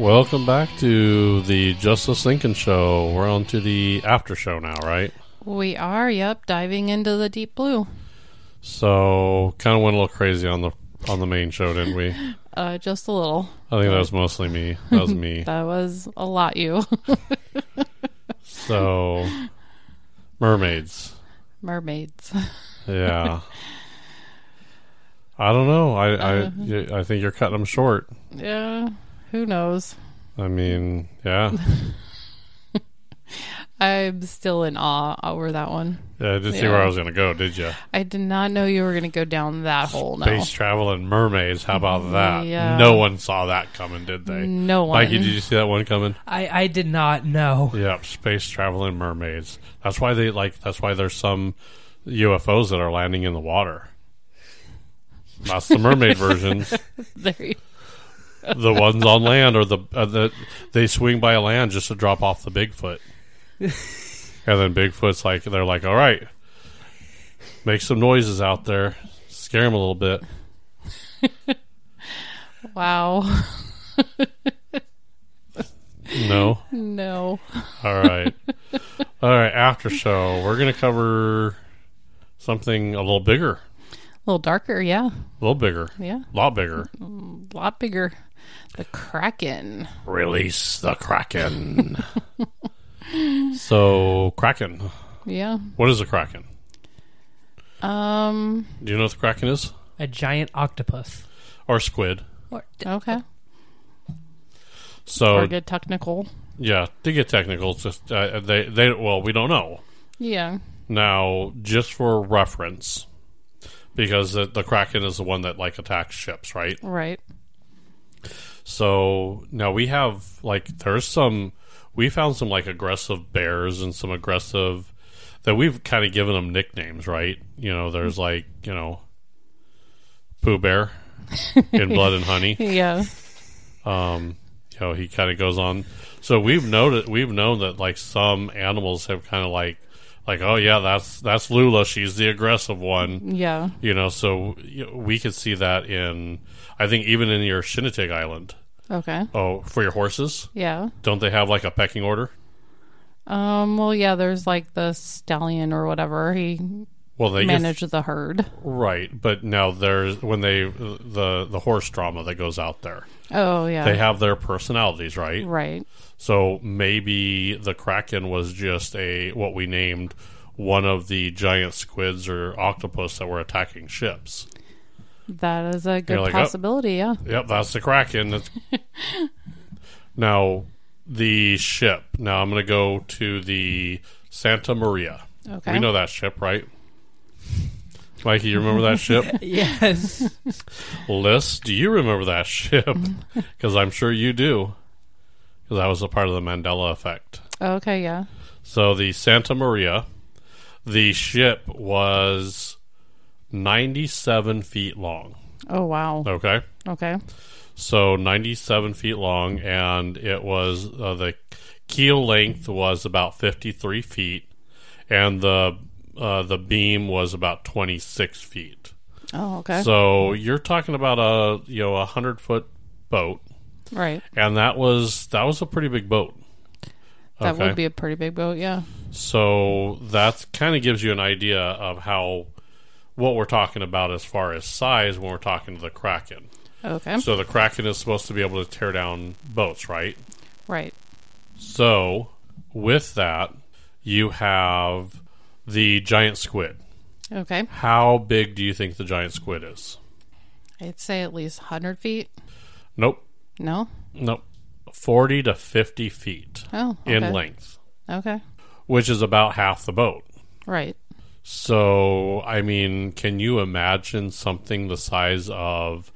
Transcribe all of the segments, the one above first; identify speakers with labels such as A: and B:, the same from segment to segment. A: welcome back to the Justice Lincoln Show. We're on to the after show now, right?
B: We are, yep, diving into the deep blue.
A: So, kind of went a little crazy on the on the main show, didn't we? I
B: Uh, just a little.
A: think that was mostly me. That was me.
B: That was a lot, you.
A: So, mermaids.
B: Mermaids.
A: Yeah. I don't know. I
B: Uh-huh.
A: I y- I think you're cutting them short.
B: yeah, who knows?
A: I mean, yeah.
B: I'm still in awe over that one.
A: Yeah, I didn't see where
B: Yeah.
A: I was going to go, did you?
B: I did not know you were going to go down that hole now.
A: Space travel and mermaids. How about that?
B: Yeah.
A: No one saw that coming, did they?
B: No one.
A: Mikey, did you see that one coming?
C: I, I did not know.
A: Yep, space travel and mermaids. That's why they like. That's why there's some UFOs that are landing in the water. That's the mermaid versions.
B: There you-
A: The ones on land are the, uh, the they swing by land just to drop off the Bigfoot, and then Bigfoot's like they're like, all right, make some noises out there, scare him a little bit.
B: wow.
A: No,
B: no.
A: All right. All right. After show, we're going to cover something a little bigger,
B: A little darker, yeah.
A: a little bigger,
B: Yeah.
A: a lot bigger.
B: A lot bigger. The Kraken.
A: Release the Kraken. so, Kraken.
B: Yeah.
A: What is a Kraken?
B: Um,
A: Do you know what the Kraken is?
C: A giant octopus.
A: Or squid.
B: okay.
A: So, Oh.
B: Or good technical.
A: yeah, to get technical, it's just uh, they, they, well, we don't know.
B: Yeah.
A: Now, just for reference, because the, the Kraken is the one that like attacks ships, right?
B: Right.
A: So now we have like there's some we found some like aggressive bears and some aggressive that we've kind of given them nicknames, right? You know, there's like you know, Pooh Bear in Blood and Honey.
B: Yeah.
A: You know, he kind of goes on. So we've noted we've known that like some animals have kind of like like oh yeah that's that's Lula she's the aggressive one
B: Yeah.
A: you know so you know, we could see that in I think even in your Shinnetig Island
B: Okay.
A: oh for your horses
B: Yeah.
A: Don't they have like a pecking order?
B: Um, well, yeah, there's like the stallion or whatever. He
A: Well, they get-
B: manage the herd.
A: right, but now there's when they the the horse drama that goes out there.
B: Oh, yeah.
A: They have their personalities, right?
B: right.
A: So maybe the kraken was just a what we named one of the giant squids or octopus that were attacking ships.
B: That is a good
A: like, oh.
B: possibility. Yeah.
A: Yep, that's the kraken. That's... now the ship. Now I'm going to go to the Santa Maria.
B: Okay.
A: We know that ship, right? Mikey, you remember that ship?
C: Yes.
A: Liz, do you remember that ship? Because I'm sure you do. Because that was a part of the Mandela effect.
B: Okay. Yeah.
A: So the Santa Maria, the ship was 97 feet long.
B: Oh, wow.
A: Okay.
B: Okay.
A: So 97 feet long, and it was uh, the keel length was about 53 feet, and the uh, the beam was about 26 feet.
B: Oh, okay.
A: So you're talking about a you know a hundred foot boat,
B: right.
A: and that was that was a pretty big boat.
B: That
A: Okay.
B: would be a pretty big boat. Yeah.
A: So that kind of gives you an idea of how what we're talking about as far as size when we're talking to the kraken.
B: Okay.
A: So the kraken is supposed to be able to tear down boats, right?
B: right.
A: So with that, you have the giant squid.
B: Okay.
A: How big do you think the giant squid is?
B: I'd say at least 100 feet.
A: Nope,
B: No?
A: nope, forty to fifty feet.
B: Oh. Okay.
A: in length,
B: Okay.
A: which is about half the boat.
B: Right.
A: So, I mean, can you imagine something the size of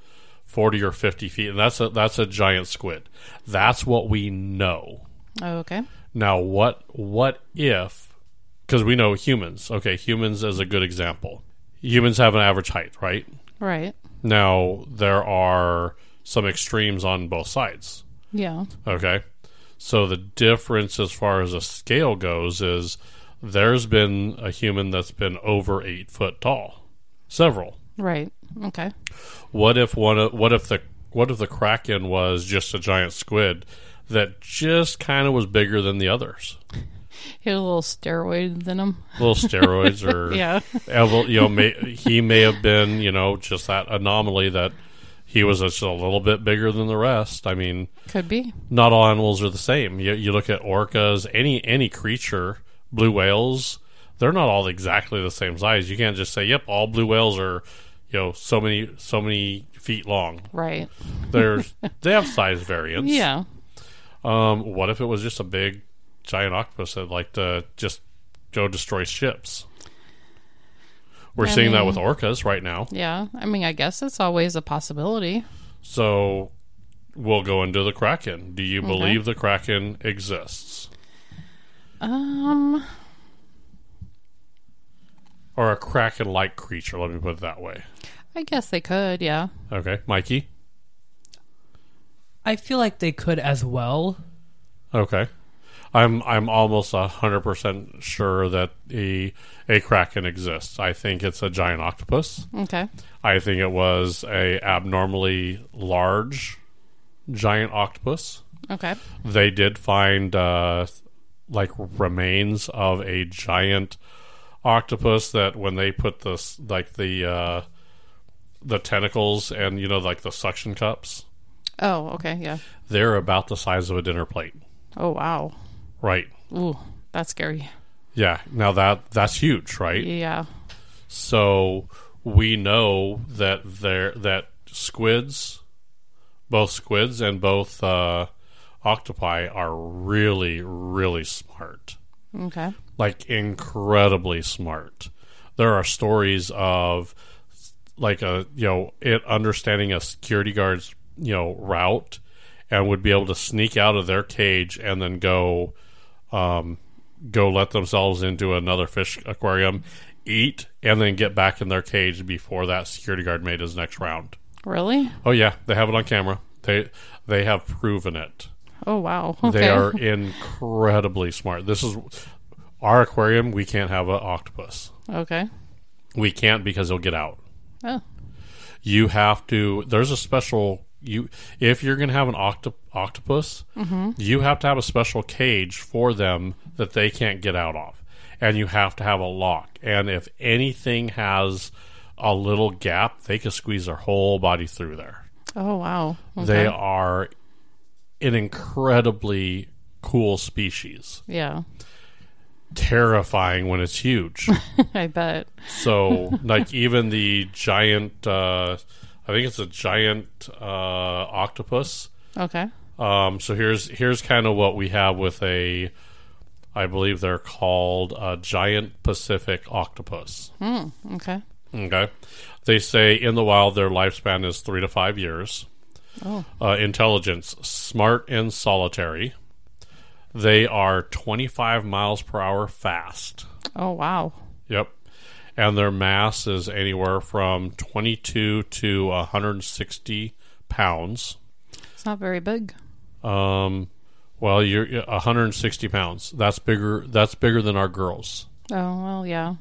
A: 40 or 50 feet? And that's a, that's a giant squid. That's what we know.
B: Okay.
A: Now, what what if because we know humans. Okay, humans is a good example. Humans have an average height, right?
B: Right.
A: Now, there are some extremes on both sides.
B: Yeah.
A: Okay. So the difference as far as a scale goes is there's been a human that's been over eight foot tall. Several.
B: Right. Okay.
A: What if one of, what if the what if the Kraken was just a giant squid that just kind of was bigger than the others.
B: He had a little steroids in him.
A: Little steroids or
B: Yeah.
A: evol- you know, may, he may have been, you know, just that anomaly that he was just a little bit bigger than the rest. I mean,
B: Could be.
A: not all animals are the same. You, you look at orcas, any any creature, blue whales, they're not all exactly the same size. You can't just say, "Yep, all blue whales are, you know, so many so many feet long."
B: Right.
A: There's they have size variance.
B: Yeah.
A: Um, what if it was just a big giant octopus that like to just go destroy ships? We're
B: I
A: seeing that
B: mean-
A: with orcas right now.
B: Yeah. I mean, I guess it's always a possibility.
A: So we'll go into the kraken. Do you believe the kraken exists?
B: Um,
A: Or a kraken like creature, let me put it that way.
B: I guess they could. Yeah.
A: Okay. Mikey?
C: I feel like they could as well.
A: Okay. I'm I'm almost hundred percent sure that a a kraken exists. I think it's a giant octopus.
B: Okay.
A: I think it was a abnormally large giant octopus.
B: Okay.
A: They did find uh, like remains of a giant octopus that when they put the s- like the uh, the tentacles and you know like the suction cups,
B: Oh, okay. Yeah.
A: they're about the size of a dinner plate.
B: Oh, wow.
A: Right.
B: Ooh, that's scary.
A: Yeah. Now that that's huge, right?
B: Yeah.
A: So we know that there that squids, both squids and both uh, octopi, are really really smart,
B: Okay.
A: like incredibly smart. There are stories of like a you know it understanding a security guard's you know route and would be able to sneak out of their cage and then go um, go let themselves into another fish aquarium, eat, and then get back in their cage before that security guard made his next round.
B: Really?
A: Oh yeah, they have it on camera. They they have proven it.
B: Oh, wow. Okay.
A: They are incredibly smart. This is our aquarium. We can't have an octopus.
B: Okay.
A: We can't because he'll get out.
B: Oh,
A: You have to. There's a special. You if you're gonna have an octo, octopus,
B: Mm-hmm.
A: you have to have a special cage for them that they can't get out of, and you have to have a lock. And if anything has a little gap, they can squeeze their whole body through there.
B: oh, wow. Okay.
A: They are an incredibly cool species.
B: yeah.
A: Terrifying when it's huge.
B: I bet.
A: So, like, even the giant, uh, I think it's a giant uh, octopus.
B: Okay.
A: Um, so here's here's kind of what we have with a, I believe they're called a giant Pacific octopus.
B: Okay.
A: Okay, they say in the wild their lifespan is three to five years.
B: Oh.
A: Uh, intelligence, smart and solitary. They are 25 miles per hour fast.
B: Oh, wow.
A: Yep. And their mass is anywhere from 22 to 160 pounds.
B: It's not very big.
A: Um, well, you're yeah, 160 pounds. That's bigger. That's bigger than our girls
B: Oh, well, yeah.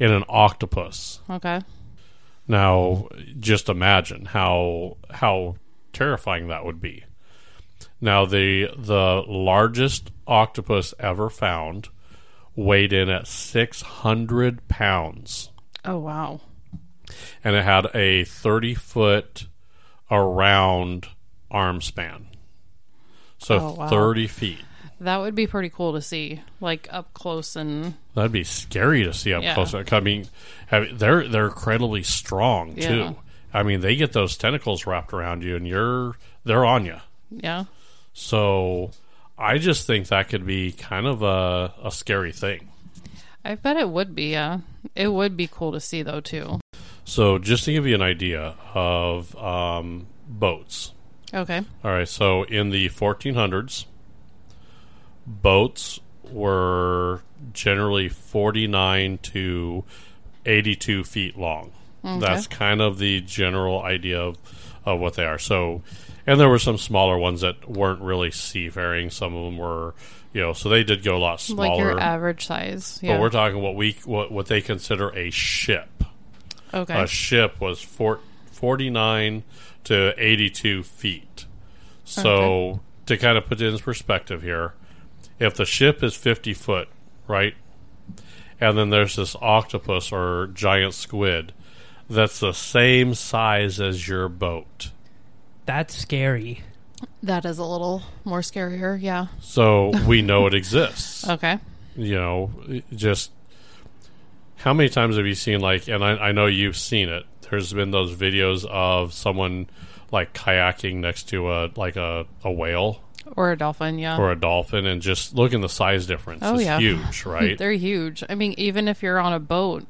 A: in an octopus.
B: Okay.
A: Now, just imagine how how terrifying that would be. Now, the the largest octopus ever found weighed in at 600 pounds.
B: Oh, wow.
A: and it had a 30 foot around arm span. So
B: Oh, wow.
A: 30 feet.
B: That would be pretty cool to see, like up close and
A: That'd be scary to see up
B: Yeah.
A: close. I mean, have, they're they're incredibly strong too.
B: Yeah.
A: I mean, they get those tentacles wrapped around you, and you're they're on you.
B: yeah.
A: So, I just think that could be kind of a, a scary thing.
B: I bet it would be. Yeah, it would be cool to see though too.
A: So, just to give you an idea of um, boats,
B: Okay.
A: All right, so in the 1400s, boats were generally 49 to 82 feet long.
B: Mm-hmm.
A: That's kind of the general idea of, of what they are. So, and there were some smaller ones that weren't really seafaring. Some of them were, you know, so they did go a lot smaller.
B: Like your average size. Yeah.
A: But we're talking what we what, what they consider a ship.
B: okay.
A: A ship was four, 49 to 82 feet. So to kind of put it in perspective here, if the ship is 50 foot, right? And then there's this octopus or giant squid that's the same size as your boat.
C: That's scary.
B: That is a little more scarier. Yeah.
A: So we know it exists.
B: Okay.
A: you know, just how many times have you seen like, and I, I know you've seen it. There's been those videos of someone like kayaking next to a like a, a whale
B: Or a dolphin. Yeah.
A: or a dolphin, and just look at the size difference.
B: Oh,
A: it's
B: yeah.
A: huge, right?
B: They're huge. I mean, even if you're on a boat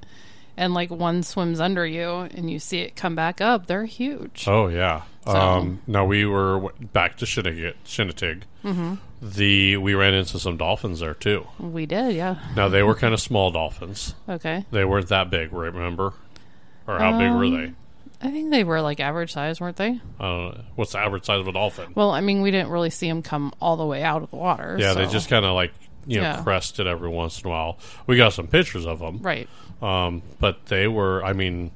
B: and like one swims under you and you see it come back up, they're huge.
A: oh yeah.
B: So-
A: Um, now we were w- back to Shinnetig. Shinnetig.
B: Mm-hmm.
A: The we ran into some dolphins there too.
B: We did. Yeah.
A: Now they were kind of small dolphins.
B: Okay.
A: They weren't that big, right? Remember? Or how big
B: Um,
A: were they?
B: I think they were like average size, weren't they?
A: I don't know. What's the average size of a dolphin?
B: Well, I mean, we didn't really see them come all the way out of the water.
A: Yeah, they
B: so-
A: just kind of like you know
B: Yeah.
A: crested every once in a while. We got some pictures of them,
B: right.
A: um, but they were, I mean,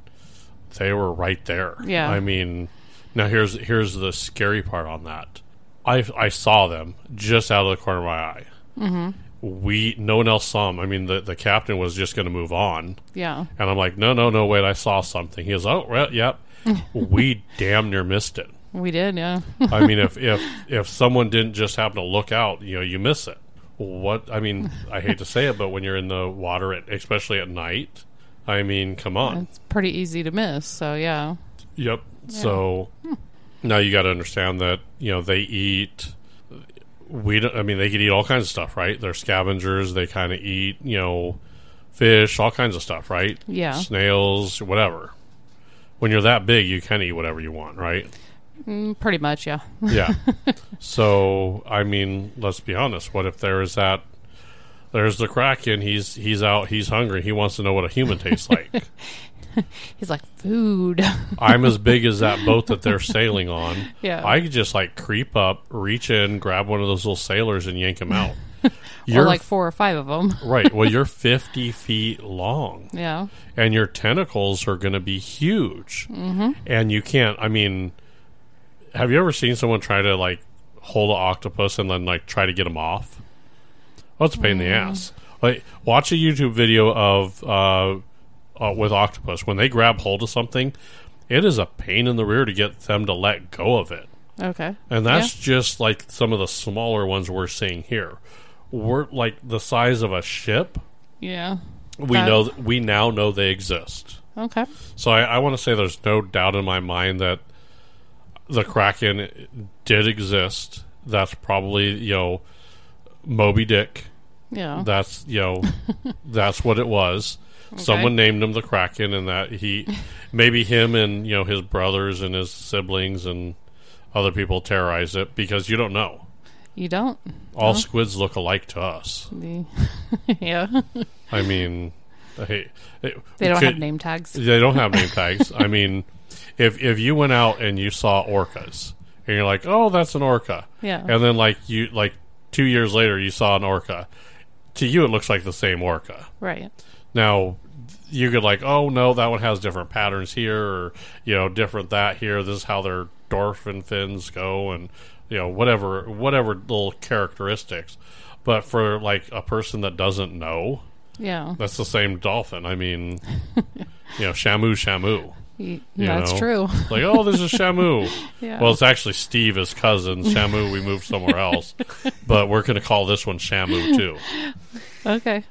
A: they were right there.
B: Yeah.
A: I mean, now here's here's the scary part on that. I I saw them just out of the corner of my eye. Mm-hmm. We no one else saw them. I mean, the the captain was just going to move on,
B: Yeah.
A: and I'm like, no, no, no, wait, I saw something. He goes, oh, well, yep. we damn near missed it.
B: We did. Yeah.
A: I mean, if if if someone didn't just happen to look out, you know, you miss it. What I mean, I hate to say it, but when you're in the water, at, especially at night, I mean, come on.
B: it's pretty easy to miss. So yeah. Hmm.
A: Yep. So now you got to understand that you know they eat. We don't. I mean, they could eat all kinds of stuff, right? They're scavengers. They kind of eat, you know, fish, all kinds of stuff, right?
B: Yeah.
A: Snails, whatever. When you're that big, you kind of eat whatever you want, right?
B: Mm, pretty much. Yeah.
A: Yeah. so I mean, let's be honest. What if there is that? There's the kraken. He's he's out. He's hungry. He wants to know what a human tastes like.
B: He's like food.
A: I'm as big as that boat that they're sailing on.
B: Yeah.
A: I could just like creep up, reach in, grab one of those little sailors, and yank him out. You're
B: or like four or five of them.
A: right. Well, you're 50 feet long,
B: Yeah.
A: and your tentacles are going to be huge. Mm-hmm. And you can't. I mean, have you ever seen someone try to like hold an octopus and then like try to get him off? Well, it's a pain in the ass. Like, watch a YouTube video of uh, uh, with octopus when they grab hold of something. It is a pain in the rear to get them to let go of it,
B: Okay.
A: and that's just like some of the smaller ones we're seeing here. We're like the size of a ship.
B: Yeah.
A: We
B: That-
A: know th- we now know they exist.
B: Okay.
A: So I, I want to say there's no doubt in my mind that the Kraken did exist. That's probably you know Moby Dick.
B: Yeah.
A: That's you know that's what it was. Someone named him the Kraken, and that he maybe him and you know his brothers and his siblings and other people terrorize it because you don't know.
B: you don't.
A: All squids look alike to us.
B: The- yeah.
A: I mean, hey, hey,
B: They don't
A: could-
B: have name tags.
A: They don't have name tags. I mean, if if you went out and you saw orcas and you're like, "Oh, that's an orca,"
B: Yeah.
A: and then like you like two years later you saw an orca, to you it looks like the same orca.
B: Right.
A: Now you could like, "Oh no, that one has different patterns here, or you know, different that here. This is how their dolphin fins go, and you know, whatever whatever little characteristics." But for like a person that doesn't know,
B: Yeah.
A: that's the same dolphin. I mean, you know, Shamu Shamu.
B: Y-
A: You
B: that's
A: know.
B: true.
A: It's like, oh, this is Shamu.
B: Yeah.
A: Well, it's actually Steve, his cousin. Shamu, we moved somewhere else. But we're going to call this one Shamu, too.
B: okay.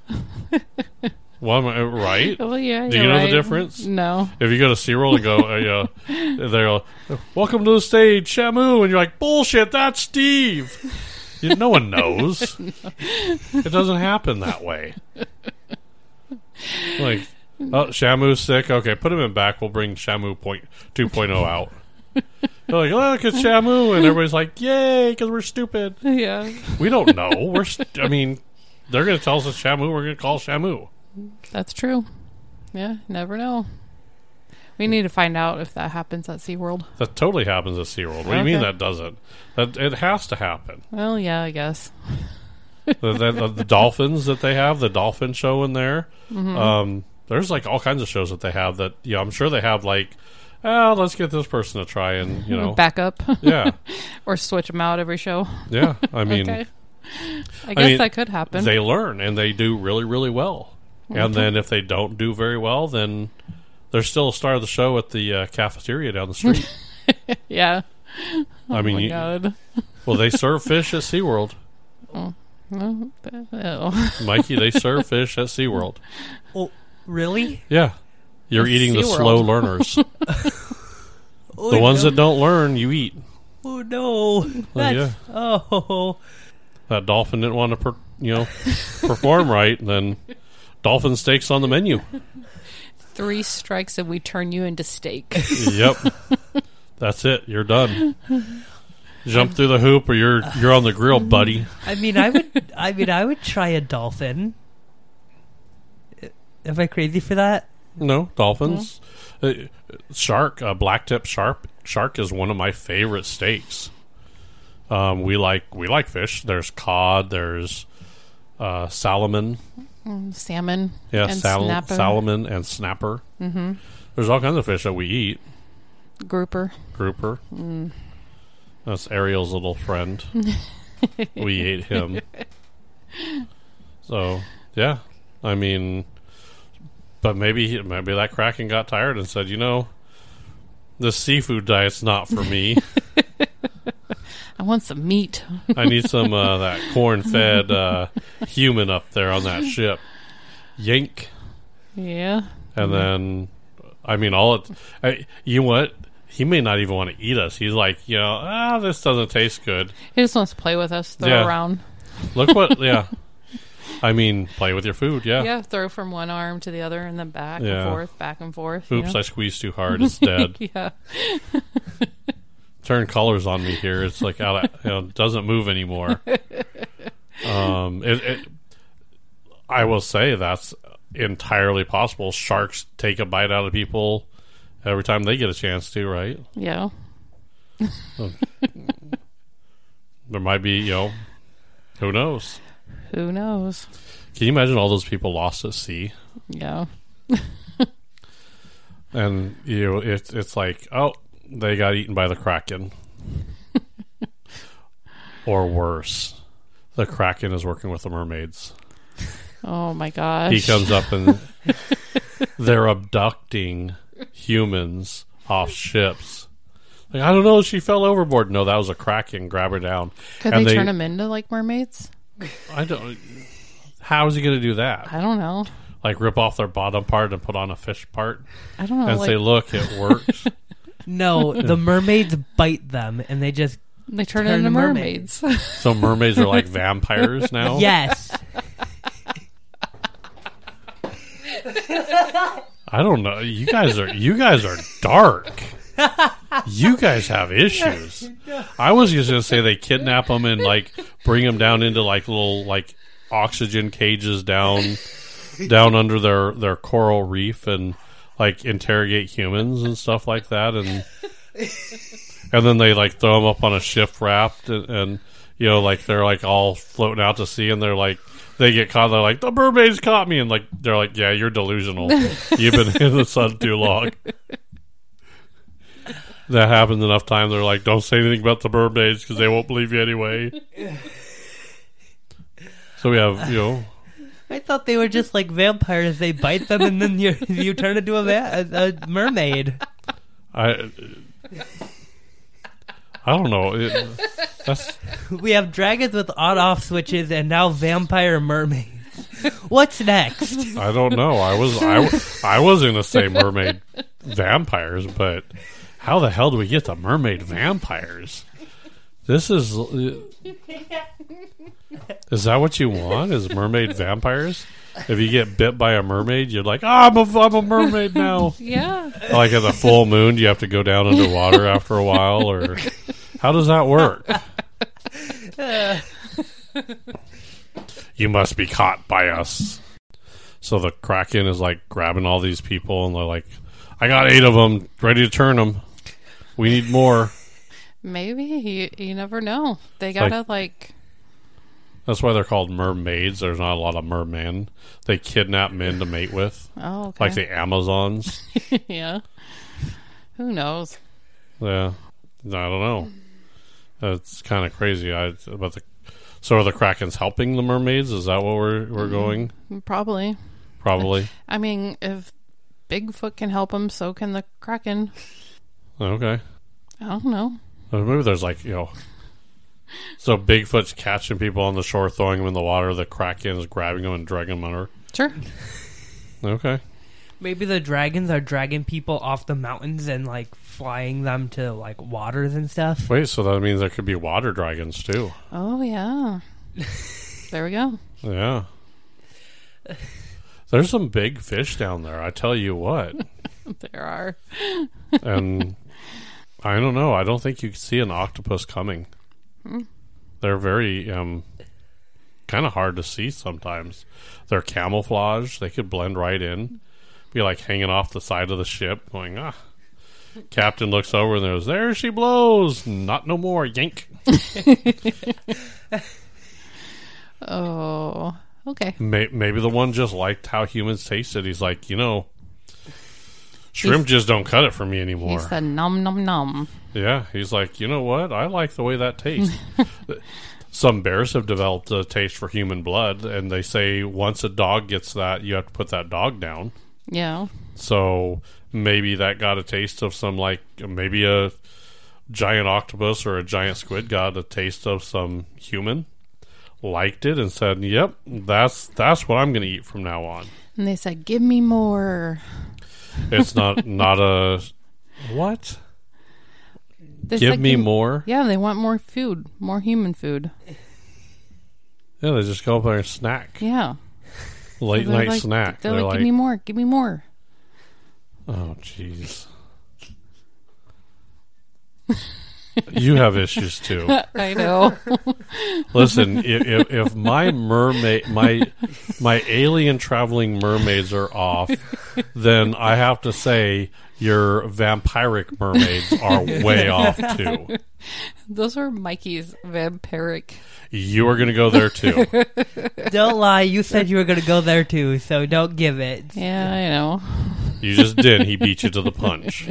A: Well, am I- uh, right?
B: Well, yeah.
A: Do you
B: you're
A: know the
B: right.
A: difference?
B: No.
A: If you go to SeaWorld and go, uh, you know, they're all, welcome to the stage, Shamu. And you're like, bullshit, that's Steve. You, no one knows. It doesn't happen that way. Like, oh, Shamu's sick. Okay, put him in back. We'll bring Shamu point, 2.0 out. They're like, look, it's Shamu. And everybody's like, yay, because we're stupid.
B: Yeah.
A: We don't know. We're, st- I mean, they're going to tell us it's Shamu. We're going to call Shamu.
B: That's true. Yeah. Never know. We need to find out if that happens at SeaWorld.
A: That totally happens at SeaWorld. What do you mean
B: Okay.
A: that doesn't? That it has to happen.
B: Well, yeah, I guess.
A: the, the, the, the dolphins that they have, the dolphin
B: Mm-hmm.
A: show in there. Um, there's like all kinds of shows that they have that you know, I'm sure they have like oh, let's get this person to try and you know,
B: back up
A: yeah,
B: or switch them out every show.
A: yeah. I mean,
B: okay. I guess
A: mean,
B: that could happen.
A: they learn and they do really, really well. And then if they don't do very well, then they're still a star of the show at the uh, cafeteria down the street.
B: yeah.
A: I mean,
B: oh my
A: you-
B: god.
A: well, they serve fish at SeaWorld.
B: Oh, oh.
A: Mikey, they serve fish at SeaWorld.
C: Oh, really?
A: Yeah. You're
B: At
A: eating the
B: SeaWorld.
A: slow learners.
C: Oh,
A: the ones
C: no.
A: that don't learn, you eat.
C: Oh no! That's, Oh,
A: That dolphin didn't want to, per, you know, perform right, then dolphin steaks on the menu.
B: Three strikes and we turn you into steak.
A: Yep. That's it. You're done. Jump through the hoop or you're you're on the grill, buddy.
C: I mean, I would. I mean, I would try a dolphin. Am I crazy for that?
A: No, dolphins. Uh, shark, uh, blacktip shark. Shark is one of my favorite steaks. Um, we like we like fish. There's cod. There's uh, salmon.
B: Mm, Salmon.
A: Yeah,
B: and
A: sal-
B: snapper.
A: salmon and snapper. Mm-hmm. There's all kinds of fish that we eat.
B: Grouper.
A: Grouper.
B: Mm.
A: That's Ariel's little friend. we ate him. So yeah, I mean, but maybe he, maybe that Kraken got tired and said, you know, this seafood diet's not for me.
B: I want some meat.
A: I need some uh, that corn-fed uh, human up there on that ship. Yank.
B: Yeah.
A: And then, I mean, all it. I, you know what? He may not even want to eat us. He's like, you know, ah, this doesn't taste good.
B: He just wants to play with us, throw
A: Yeah.
B: around.
A: Look what, yeah. I mean, play with your food, yeah.
B: Yeah, throw from one arm to the other and then back
A: Yeah.
B: and forth, back and forth. you
A: Oops,
B: know?
A: I squeezed too hard. It's dead.
B: yeah.
A: Turn colors on me here. It's like out. Of, you know, it doesn't move anymore. Um, it, it, I will say that's entirely possible. Sharks take a bite out of people every time they get a chance to, right?
B: Yeah.
A: There might be, you know, who knows.
B: Who knows?
A: Can you imagine all those people lost at sea?
B: Yeah.
A: And you know, it's it's like, oh, they got eaten by the kraken, or worse, the kraken is working with the mermaids.
B: Oh my gosh.
A: He comes up and they're abducting humans off ships. Like, I don't know, she fell overboard. No, that was a kraken. Grab her down.
B: Could
A: and
B: they,
A: they-
B: turn him into like mermaids?
A: I don't. How is he going to do that?
B: I don't know.
A: Like rip off their bottom part and put on a fish part
B: I don't know.
A: and
B: Oh, like,
A: say, "Look, it worked."
C: No, the mermaids bite them, and they just
B: they turn,
C: turn
B: into mermaids.
C: mermaids.
A: so mermaids are like vampires now.
C: yes.
A: I don't know. You guys are you guys are dark. You guys have issues. I was just gonna say they kidnap them and like bring them down into like little like oxygen cages down down under their their coral reef and like interrogate humans and stuff like that and and then they like throw them up on a ship raft and, and you know like they're like all floating out to sea and they're like they get caught they're like the mermaids caught me and like they're like yeah you're delusional you've been in the sun too long that happens enough time they're like don't say anything about the mermaids because they won't believe you anyway so we have you know
C: I thought they were just like vampires. They bite them, and then you you turn into a, va- a, a mermaid.
A: i i don't know it, that's
C: We have dragons with on-off switches, and now vampire mermaids. What's next?
A: I don't know. I was I, w- I was gonna say mermaid vampires, but how the hell do we get the mermaid vampires? This is is that what you want? Is mermaid vampires? If you get bit by a mermaid, you're like, ah, I'm a, I'm a mermaid now.
B: yeah.
A: Like at the full moon, do you have to go down underwater after a while, or how does that work? you must be caught by us. So the Kraken is like grabbing all these people, and they're like, "I got eight of them, ready to turn them. We need more."
B: Maybe you you never know. They gotta like,
A: That's why they're called mermaids. There's not a lot of mermen. They kidnap men to mate with,
B: oh okay.
A: like the Amazons.
B: yeah. Who knows?
A: Yeah, I don't know. That's kind of crazy. I about the so are the krakens helping the mermaids? Is that what we're we're going?
B: Probably.
A: Probably.
B: I mean, if Bigfoot can help him, so can the Kraken.
A: Okay.
B: I don't know.
A: Or Maybe there's like you know. So Bigfoot's catching people on the shore, throwing them in the water. The kraken is grabbing them and dragging them under.
B: Sure.
A: Okay.
C: Maybe the dragons are dragging people off the mountains and like flying them to like waters and stuff.
A: Wait, so that means there could be water dragons too.
B: Oh, yeah. there we go.
A: Yeah. There's some big fish down there, I tell you what.
B: There are.
A: And Um, I don't know, I don't think you see an octopus coming. They're very um kind of hard to see sometimes. They're camouflage, they could blend right in. Be like hanging off the side of the ship going, "Ah." Captain looks over and there's there she blows. Not no more, yank.
B: Oh, okay.
A: May- Maybe the one just liked how humans tasted. He's like, you know, shrimp just don't cut it for me
B: He
A: anymore.
B: said num num num.
A: yeah, he's like, you know what? I like the way that tastes. Some bears have developed a taste for human blood, and they say once a dog gets that, you have to put that dog down.
B: Yeah.
A: So maybe that got a taste of some, like, maybe a giant octopus or a giant squid got a taste of some human, liked it, and said, yep, that's, that's what I'm going to eat from now on.
B: And they said, give me more.
A: It's not not a what?
B: They
A: Give
B: said,
A: me more. Yeah.
B: Yeah, they want more food, more human food.
A: they just go up there and snack.
B: Yeah.
A: Late
B: They're
A: night
B: like-
A: snack.
B: They're, like, give me more. Give me more.
A: oh jeez. you have issues too.
B: I know.
A: Listen, if, if, if my mermaid, my my alien traveling mermaids are off, then I have to say your vampiric mermaids are way off too.
B: Those are Mikey's vampiric.
A: You are going to go there too.
C: don't lie, you said you were gonna go there too, so don't give it.
B: Yeah, I know.
A: You just did. He beat you to the punch.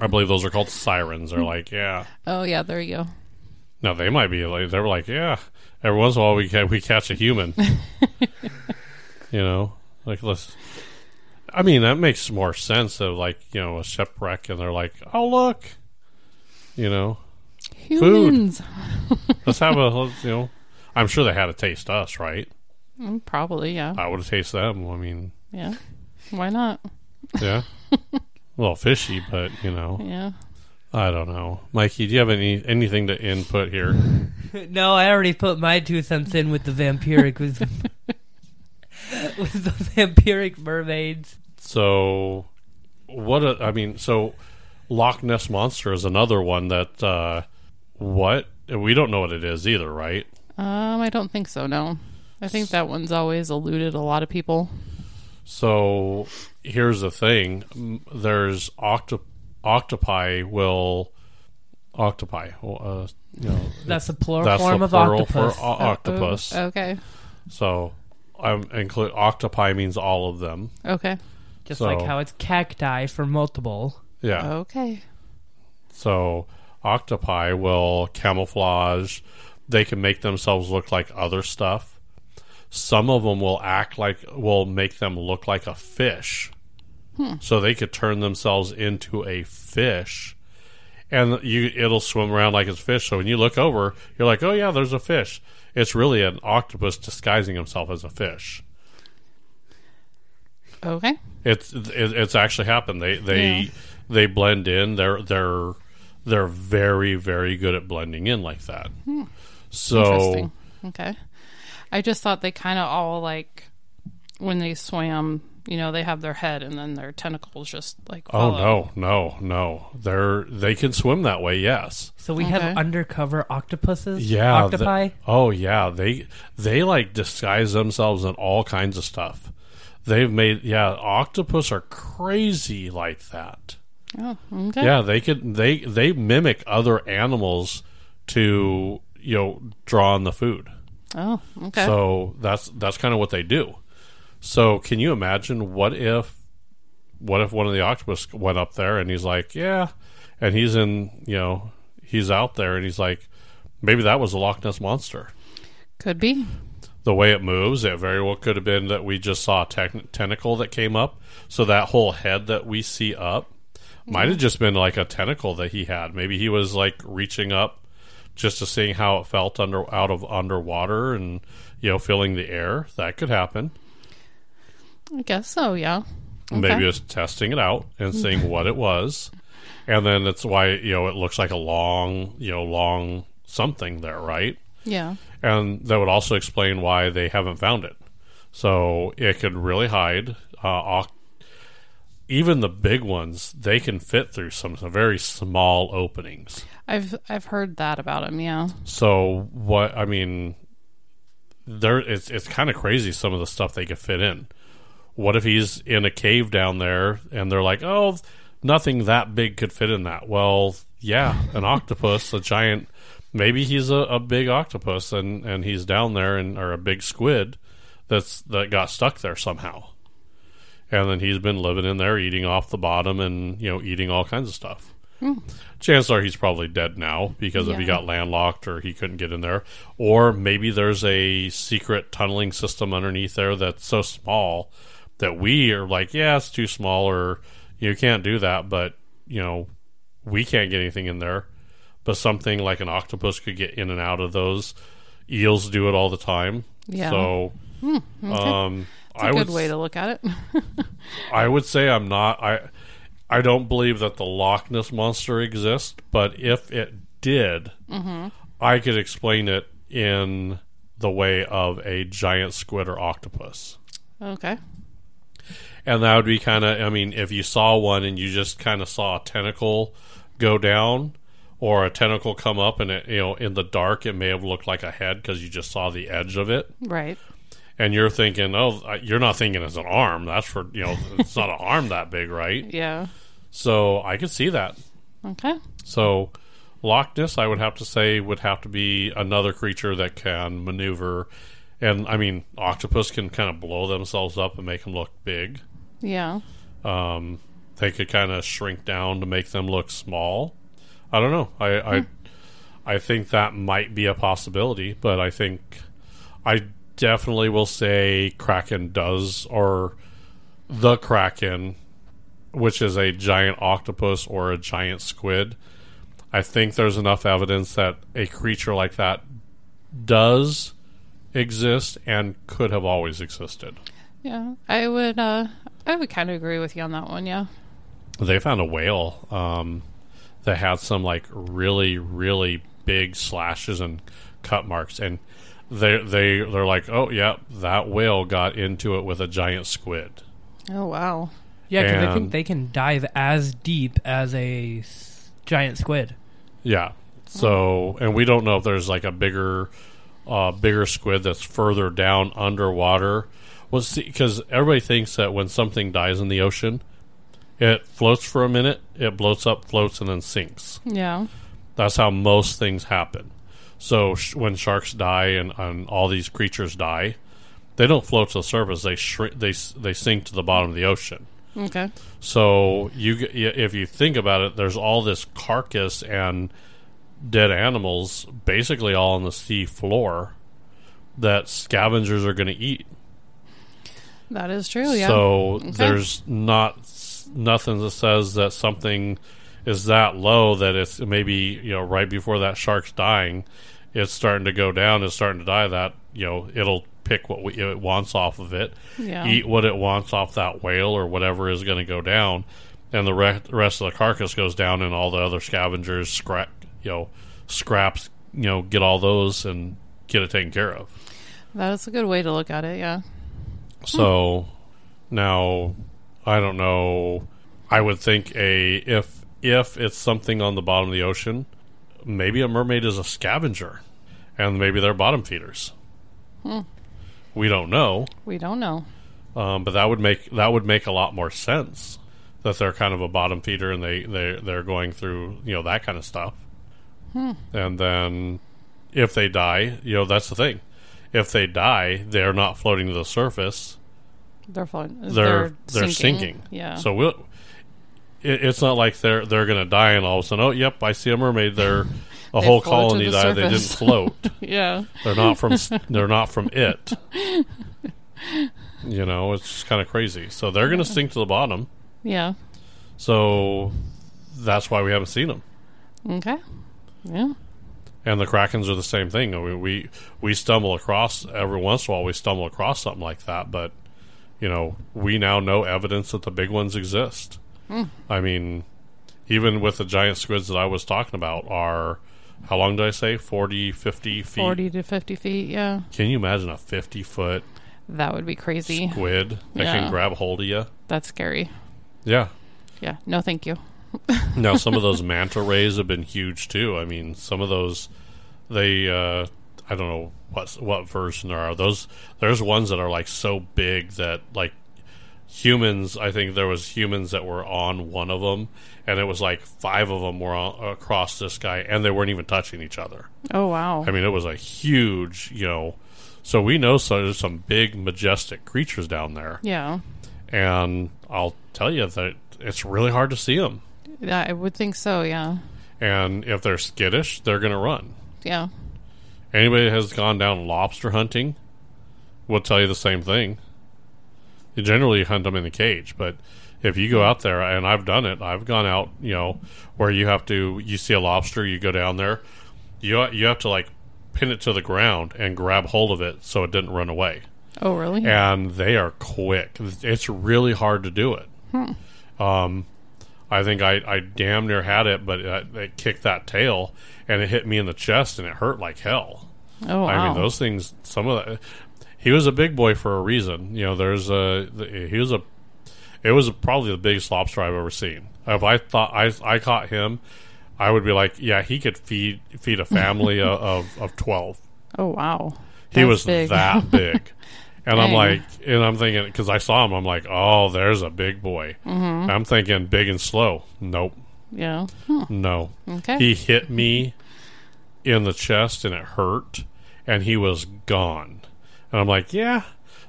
A: I believe those are called sirens. They're like, yeah.
B: Oh, yeah, there you go.
A: No, they might be. Like, they were like, yeah. Every once in a while, we ca- we catch a human. you know, like let's. I mean, that makes more sense of like you know a shipwreck, and they're like, oh look, you know,
B: Humans.
A: let's have a let's, you know. I'm sure they had to taste us, right?
B: Mm, Probably, yeah.
A: I would have tasted them. I mean,
B: Yeah. Why not?
A: yeah, a little fishy, but you know.
B: Yeah.
A: I don't know, Mikey. Do you have any anything to input here?
C: No, I already put my two cents in with the vampiric with, with the vampiric mermaids.
A: So, what? A, I mean, so Loch Ness monster is another one that uh, what we don't know what it is either, right?
B: Um, I don't think so, no. I think that one's always eluded a lot of people.
A: So here's the thing: M- there's octo- octopi will octopi. Uh, you know,
C: That's the plural
A: that's
C: form
A: the
C: of
A: plural
C: octopus.
A: for o- octopus.
B: Oh, okay.
A: So, um, include octopi means all of them.
B: Okay.
C: just
A: so-
C: like how it's cacti for multiple.
A: Yeah.
B: Okay.
A: So octopi will camouflage. They can make themselves look like other stuff. Some of them will act like will make them look like a fish. So they could turn themselves into a fish. And you it'll swim around like it's a fish. So when you look over, you're like, "Oh yeah, there's a fish." It's really an octopus disguising himself as a fish.
B: Okay.
A: It's it, it's actually happened. They they
B: Yeah.
A: they blend in. They're they're they're very very good at blending in like that. So
B: Hmm. Interesting. Okay. I just thought they kind of all like when they swam, you know, they have their head and then their tentacles just like
A: oh
B: follow.
A: no no no they're they can swim that way. Yes.
C: So we
B: Okay.
C: have undercover octopuses.
A: Yeah. the-
C: octopi.
A: oh yeah. They they like disguise themselves in all kinds of stuff. They've made yeah octopus are crazy like that.
B: Oh, okay.
A: Yeah, they could they they mimic other animals to you know draw on the food.
B: Oh, okay.
A: So that's that's kind of what they do. So can you imagine what if what if one of the octopus went up there and he's like, yeah, and he's in, you know, he's out there and he's like, maybe that was a Loch Ness monster.
B: Could be.
A: The way it moves, it very well could have been that we just saw a tec- tentacle that came up. So that whole head that we see up might have just been like a tentacle that he had. Maybe he was like reaching up just to seeing how it felt under out of underwater and you know feeling the air. That could happen.
B: I guess so. Yeah. Okay.
A: Maybe it's testing it out and seeing what it was. And then that's why, you know, it looks like a long, you know, long something there, right?
B: Yeah.
A: And that would also explain why they haven't found it. So it could really hide. Uh, oc- even the big ones, they can fit through some, some very small openings.
B: I've I've heard that about him. Yeah.
A: So what I mean, there it's it's kind of crazy some of the stuff they could fit in. What if he's in a cave down there and they're like, oh, nothing that big could fit in that? Well, yeah, an octopus, a giant. Maybe he's a, a big octopus and and he's down there and or a big squid that's that got stuck there somehow. And then he's been living in there, eating off the bottom, and you know, eating all kinds of stuff. Chances are he's probably dead now because if he
B: Hmm. Yeah.
A: got landlocked or he couldn't get in there, or maybe there's a secret tunneling system underneath there that's so small that we are like, yeah, it's too small, or you can't do that. But you know, we can't get anything in there. But something like an octopus could get in and out of those. Eels do it all the time.
B: Yeah. Hmm.
A: So, um,
B: It's a
A: I
B: good
A: would
B: way to look at it.
A: I would say I'm not. I I don't believe that the Loch Ness monster exists, but if it did, I could explain it in the way of a giant squid or octopus.
B: okay.
A: And that would be kind of, I mean, if you saw one and you just kind of saw a tentacle go down or a tentacle come up and it, you know, in the dark, it may have looked like a head because you just saw the edge of it
B: Right.
A: and you're thinking, oh, I- you're not thinking it's an arm. That's for, you know, it's not an arm that big, right?
B: Yeah.
A: So I could see that.
B: Okay.
A: So Loch Ness, I would have to say, would have to be another creature that can maneuver. And I mean, octopus can kind of blow themselves up and make them look big.
B: Yeah.
A: Um, they could kind of shrink down to make them look small. I don't know. I, I, I think that might be a possibility, but I think I definitely will say Kraken does, or the Kraken, which is a giant octopus or a giant squid. I think there's enough evidence that a creature like that does exist and could have always existed.
B: Yeah. I would. uh I would kind of agree with you on that one. Yeah.
A: they found a whale um, that had some like really really big slashes and cut marks and they they they're like oh yeah that whale got into it with a giant squid
B: Oh wow.
C: Yeah, because I
A: And-
C: think they can dive as deep as a s- giant squid.
A: yeah so and we don't know if there's like a bigger uh, bigger squid that's further down underwater well see because everybody thinks that when something dies in the ocean it floats for a minute it bloats up floats and then sinks
B: Yeah.
A: That's how most things happen. So sh- when sharks die and, and all these creatures die, they don't float to the surface. They shrink. They s- they sink to the bottom of the ocean.
B: Okay.
A: So you g- y- if you think about it, there's all this carcass and dead animals basically all on the sea floor that scavengers are going to eat.
B: That is true. Oh, Yeah.
A: So there's not s- nothing that says that something is that low that it's maybe you know right before that shark's dying, it's starting to go down, it's starting to die. That you know it'll pick what we, it wants off of it,
B: Yeah.
A: eat what it wants off that whale or whatever is going to go down, and the re- rest of the carcass goes down, and all the other scavengers scrap you know scraps you know get all those and get it taken care of.
B: that is a good way to look at it. Yeah.
A: So now I don't know. I would think a if if it's something on the bottom of the ocean, maybe a mermaid is a scavenger, and maybe they're bottom feeders. We don't know,
B: We don't know.
A: um, but that would make that would make a lot more sense that they're kind of a bottom feeder and they they they're going through you know that kind of stuff. And then if they die, you know that's the thing. If they die, they're not floating to the surface.
B: They're flying.
A: they're they're sinking.
B: Yeah.
A: So we'll. It, it's not like they're they're gonna die and all of a sudden, oh yep, I see a mermaid. They're a
B: They
A: whole
B: float to
A: colony
B: the
A: died. They didn't
B: surface.
A: float.
B: yeah.
A: They're not from. they're not from it. You know, it's just kind of crazy. So they're gonna sink to the bottom.
B: Yeah.
A: So that's why we haven't seen them.
B: Okay. Yeah.
A: And the krakens are the same thing. We we, we stumble across every once in a while. We stumble across something like that, but you know, we now know evidence that the big ones exist.
B: Hmm.
A: I mean, even with the giant squids that I was talking about, are how long did I say? 40, 50 feet.
B: Forty to fifty feet. Yeah.
A: Can you imagine a fifty foot
B: That would be crazy.
A: squid that
B: Yeah.
A: can grab hold of you?
B: That's scary.
A: Yeah.
B: Yeah. No, thank you.
A: Now, some of those manta rays have been huge too. I mean, some of those, they, uh, I don't know what what version there are. Those there's ones that are like so big that like humans. I think there was humans that were on one of them, and it was like five of them were on, across this guy, and they weren't even touching each other.
B: Oh wow.
A: I mean, it was a huge, you know. So we know so there's some big majestic creatures down there,
B: yeah.
A: and I'll tell you that it's really hard to see them.
B: Yeah, I would think so. Yeah.
A: and if they're skittish, they're going to run.
B: Yeah.
A: Anybody that has gone down lobster hunting will tell you the same thing. You generally hunt them in the cage, but if you go out there, and I've done it, I've gone out, you know, where you have to, you see a lobster, you go down there, you you have to like pin it to the ground and grab hold of it so it didn't run away.
B: Oh really?
A: And they are quick. It's really hard to do it. Um, I think I, I damn near had it, but it, it kicked that tail and it hit me in the chest and it hurt like hell.
B: Oh wow.
A: I mean, those things. Some of that. He was a big boy for a reason. You know, there's a. the- He was a. It was probably the biggest lobster I've ever seen. If I thought I I caught him, I would be like, yeah, he could feed feed a family of, of of twelve.
B: oh wow.
A: He
B: That's
A: was
B: big.
A: that big. And I'm
B: Dang.
A: like, and I'm thinking, because I saw him, I'm like, oh, there's a big boy.
B: Mm-hmm.
A: I'm thinking big and slow. Nope,
B: Yeah. Hmm,
A: no.
B: Okay.
A: He hit me in the chest and it hurt, and he was gone. And I'm like, yeah,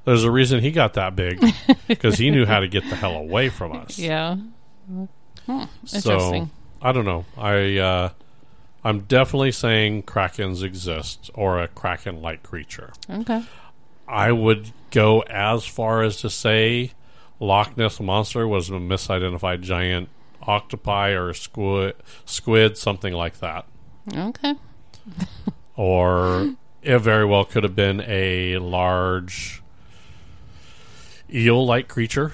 A: there's a reason he got that big because he knew how to get the hell away from us.
B: yeah. Hmm,
A: So
B: Interesting.
A: I don't know. I uh, I'm definitely saying krakens exist or a kraken-like creature.
B: Okay.
A: I would go as far as to say Loch Ness monster was a misidentified giant octopi or squid, squid something like that.
B: Okay.
A: or it very well could have been a large eel-like creature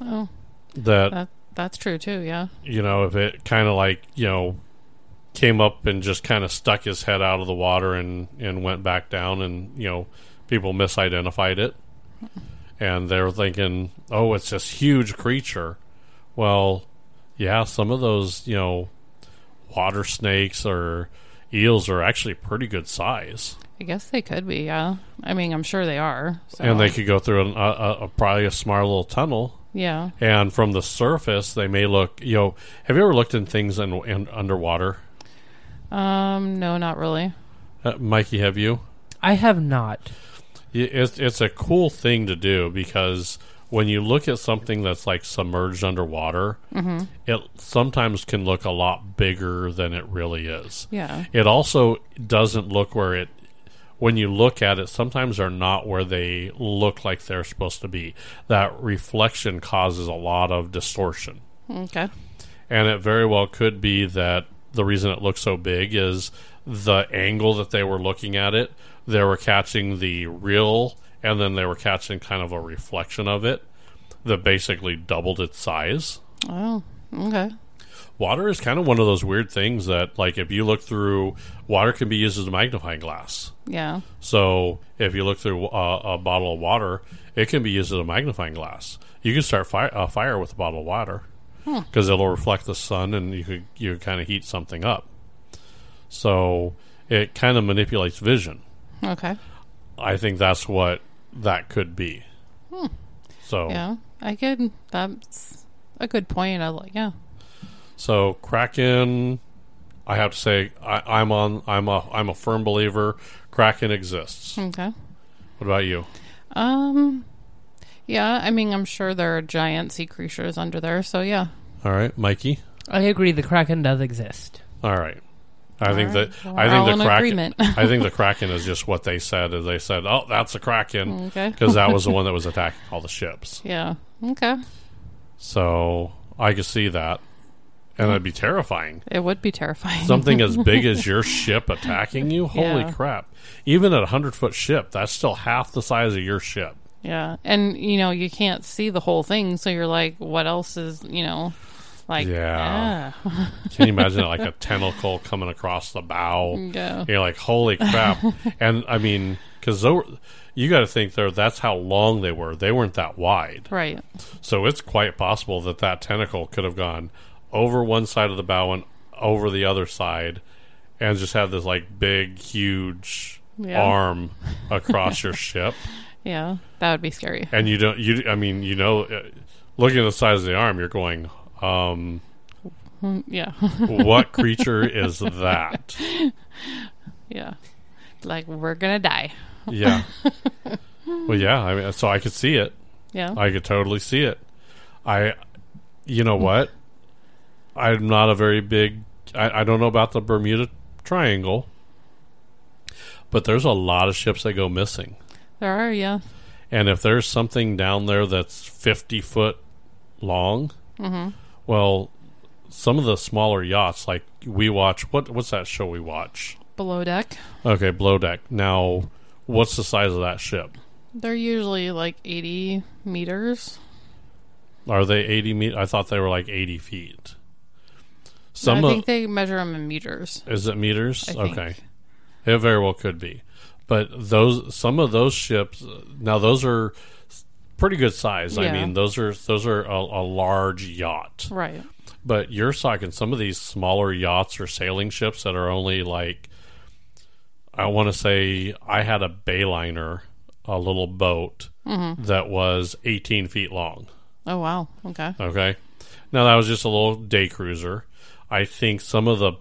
B: Oh,
A: that
B: that that's true too. Yeah.
A: you know if it kind of like you know came up and just kind of stuck his head out of the water and and went back down and you know people misidentified it and they were thinking oh it's this huge creature well yeah some of those you know water snakes or eels are actually pretty good size
B: I guess they could be. Yeah. I mean, I'm sure they are. So.
A: and they could go through an, a, a, a probably a smart little tunnel
B: Yeah.
A: and from the surface they may look you know have you ever looked in things in, in underwater
B: Um. No, not really.
A: uh, mikey have you
C: I have not.
A: Y- it's, it's a cool thing to do because when you look at something that's like submerged underwater it sometimes can look a lot bigger than it really is
B: Yeah.
A: it also doesn't look where it when you look at it sometimes they're not where they look like they're supposed to be that reflection causes a lot of distortion
B: Okay.
A: and it very well could be that the reason it looks so big is the angle that they were looking at it they were catching the real and then they were catching kind of a reflection of it that basically doubled its size
B: Oh. Okay.
A: water is kind of one of those weird things that like if you look through water can be used as a magnifying glass
B: Yeah.
A: so if you look through uh, a, a bottle of water it can be used as a magnifying glass you can start fi- a fire with a bottle of water because it'll reflect the sun and you could you kind of heat something up so it kind of manipulates vision
B: Okay.
A: i think that's what that could be so
B: Yeah. I could. That's a good point. I like. Yeah.
A: So Kraken, I have to say, I, I'm on. I'm a. I'm a firm
B: Hmm.
A: believer. Kraken exists.
B: Okay.
A: What about you?
B: Um. Yeah, I mean, I'm sure there are giant sea creatures under there, so yeah.
A: All right, Mikey.
C: I agree. The kraken does exist.
A: All right. I
B: All
A: think
B: right,
A: that
B: well,
A: I
B: we're all
A: think
B: in
A: the kraken.
B: agreement.
A: I think the kraken is just what they said. Is they said, "Oh, that's a kraken,"
B: Mm, Okay.
A: because that was the one that was attacking all the ships.
B: Yeah. Okay.
A: So I could see that, and that'd be terrifying.
B: It would be terrifying.
A: Something as big as your ship attacking you. Holy
B: Yeah.
A: crap! Even at a hundred foot ship, that's still half the size of your ship.
B: Yeah. And, you know, you can't see the whole thing. So you're like, what else is, you know, like,
A: Yeah.
B: ah.
A: Can you imagine like a tentacle coming across the bow?
B: Yeah.
A: You're like, holy crap! and I mean, because you got to think there. That's how long they were. They weren't that wide,
B: Right.
A: so it's quite possible that that tentacle could have gone over one side of the bow and over the other side, and just had this like big, huge
B: Yeah.
A: arm across your ship.
B: Yeah. That would be scary.
A: And you don't. You. I mean, you know, uh, looking at the size of the arm, you're going. Um,
B: Mm, Yeah.
A: what creature is that?
B: yeah. Like, we're going to die.
A: Yeah. Well, yeah. I mean, so I could see it.
B: Yeah.
A: I could totally see it. I, you know what? I'm not a very big. I, I don't know about the Bermuda Triangle, but there's a lot of ships that go missing.
B: there are, yeah.
A: And if there's something down there that's 50 foot long,
B: Mhm.
A: well, some of the smaller yachts, like we watch, what what's that show we watch?
B: Below deck.
A: Okay, Blow Deck. Now, what's the size of that ship?
B: They're usually like 80 meters.
A: Are they 80 meters? I thought they were like 80 feet. Some
B: I
A: of,
B: think they measure them in meters.
A: Is it meters?
B: I think.
A: okay. It very well could be. But those some of those ships now those are s- pretty good size. I
B: Yeah.
A: mean, those are those are a, a large yacht.
B: Right.
A: But you're talking some of these smaller yachts or sailing ships that are only like I want to say I had a bayliner, a little boat
B: Mm-hmm.
A: that was 18 feet long.
B: Oh, wow. Okay.
A: Okay. Now that was just a little day cruiser. I think some of the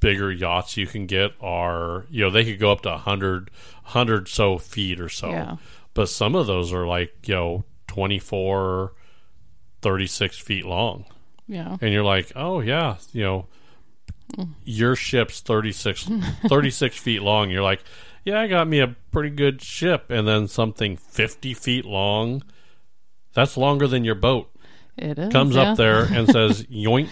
A: bigger yachts you can get are, you know, they could go up to 100, 100 so feet or so.
B: Yeah.
A: But some of those are like, you know, 24, 36 feet long.
B: Yeah.
A: And you're like, oh, yeah, you know, your ship's 36, 36 feet long. You're like, yeah, I got me a pretty good ship. And then something 50 feet long. That's longer than your boat
B: It is.
A: comes
B: yeah.
A: up there and says yoink